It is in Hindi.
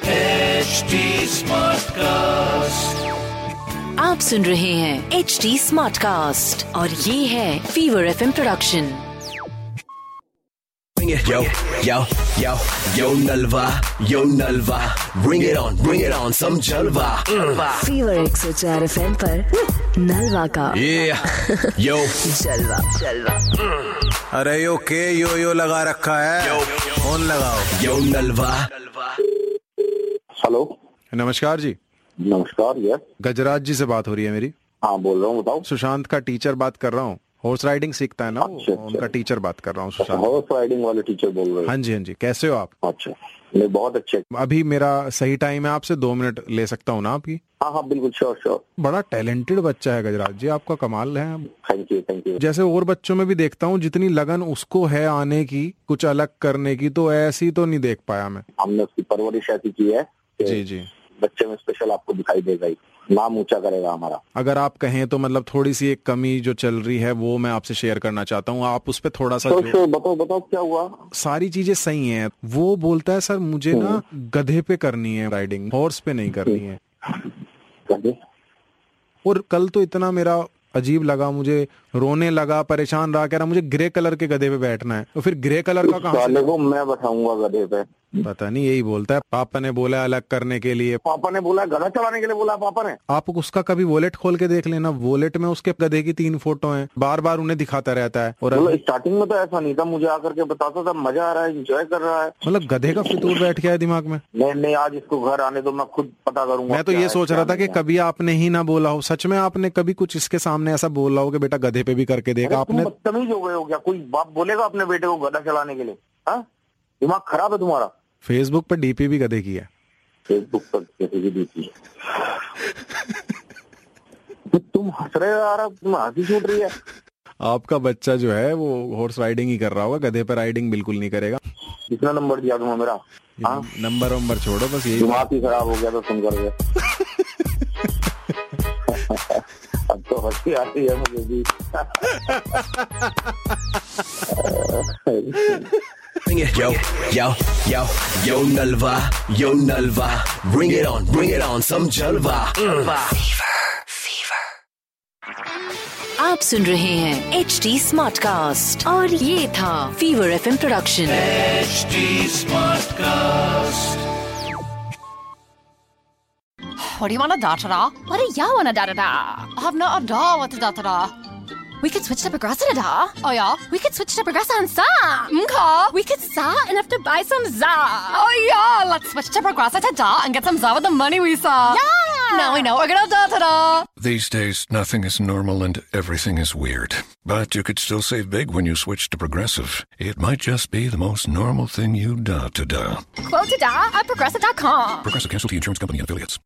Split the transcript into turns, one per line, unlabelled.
HD Smartcast.
आप सुन रहे हैं एच डी स्मार्ट कास्ट और ये है fever F production
Bring it. Yo, yo, yo, yo Nalva, yo Nalva. Bring it on, bring it on, some Jalva. Mm.
Fever एक सौ चार एफ एम नलवा का
Yeah, yo,
जलवा जलवा
अरे यो के यो यो लगा रखा है फोन लगाओ
yo Nalva.
हेलो
नमस्कार जी
नमस्कार यस
गजराज जी से बात हो रही है मेरी
हाँ बोल रहा हूँ बताओ
सुशांत का टीचर बात कर रहा हूँ हॉर्स राइडिंग सीखता है ना वो,
अच्छा, अच्छा।
उनका टीचर बात कर रहा हूँ सुशांत
हॉर्स राइडिंग वाले टीचर बोल रहे
हाँ जी हाँ जी कैसे हो आप
हो अच्छा नहीं बहुत अच्छे
अभी मेरा सही टाइम है आपसे दो मिनट ले सकता हूँ ना आपकी
हाँ हाँ बिल्कुल श्योर श्योर
बड़ा टैलेंटेड बच्चा है गजराज जी आपका कमाल है
थैंक यू थैंक यू
जैसे और बच्चों में भी देखता हूँ जितनी लगन उसको है आने की कुछ अलग करने की तो ऐसी तो नहीं देख पाया मैं
हमने उसकी परवरिश ऐसी की है कि
जी जी
बच्चे में स्पेशल आपको दिखाई देगा ही नाम ऊंचा करेगा हमारा
अगर आप कहें तो मतलब थोड़ी सी एक कमी जो चल रही है वो मैं आपसे शेयर करना चाहता हूँ आप उस पर थोड़ा सा
तो
जो-
श्योर बताओ बताओ क्या हुआ
सारी चीजें सही हैं वो बोलता है सर मुझे ना गधे पे करनी है राइडिंग हॉर्स पे नहीं करनी है
कहिए।
और कल तो इतना मेरा अजीब लगा मुझे रोने लगा परेशान रहा कह रहा मुझे ग्रे कलर के गधे पे बैठना है तो फिर ग्रे कलर का कहाँ
साले को मैं बैठाऊंगा गधे पे
से- पता नहीं यही बोलता है पापा ने बोला अलग करने के लिए
पापा ने बोला गधा चलाने के लिए बोला पापा ने
आप उसका कभी वॉलेट खोल के देख लेना वॉलेट में उसके गधे की तीन फोटो हैं बार बार उन्हें दिखाता रहता है और
बोला स्टार्टिंग में तो ऐसा नहीं था मुझे आकर के बताता था मजा आ रहा है एंजॉय कर रहा है
मतलब गधे का फितूर बैठ गया है दिमाग में
नहीं नहीं आज इसको घर आने दो मैं खुद पता करूंगा
मैं तो
क्या
ये
है,
सोच
क्या
रहा था कि
नहीं है।
कभी आपने ही ना बोला हो सच में आपने कभी कुछ इसके सामने ऐसा बोला हो कि बेटा गधे पे भी करके देगा
अरे तुम
आपने
बदतमीज हो गए हो क्या कोई बाप बोलेगा अपने बेटे को गधा चलाने के लिए हाँ? दिमाग खराब है तुम्हारा
फेसबुक पर डीपी भी गधे की है
फेसबुक पर किसी की डीपी तो तुम हंस रहे हो यार अब तुम्हें हंसी छूट रही है
आपका बच्चा जो है वो हॉर्स राइडिंग ही कर रहा होगा गधे पर राइडिंग बिल्कुल नहीं करेगा
कितना नंबर दिया तुम्हें मेरा हाँ
नंबर वंबर छोड़ो बस यही
दिमाग ही खराब हो गया तो था सुन करके अब तो हंसी आती है मुझे भी
Bring it. Yo, yo, yo, yo Nalva, yo Nalva. Bring it on, bring it on, some Jalva. Mm.
आप सुन रहे हैं एच डी स्मार्ट कास्ट और ये था fever F production
HD Smartcast.
What do you want a da-da-da? What do you want a da-da-da? I've not a da with a da-da-da. We could switch to Progressa da. Oh yeah, we could switch to Progressa and sa. Mka. We could sa enough to buy some za. Oh yeah, let's switch to Progressa to da and get some za with the money we saw. Yeah. Now we know we're gonna da-da-da.
These days, nothing is normal and everything is weird. But you could still save big when you switch to Progressive. It might just be the most normal thing you da to da.
Quote to da at progressive.com.
Progressive Casualty Insurance Company and affiliates.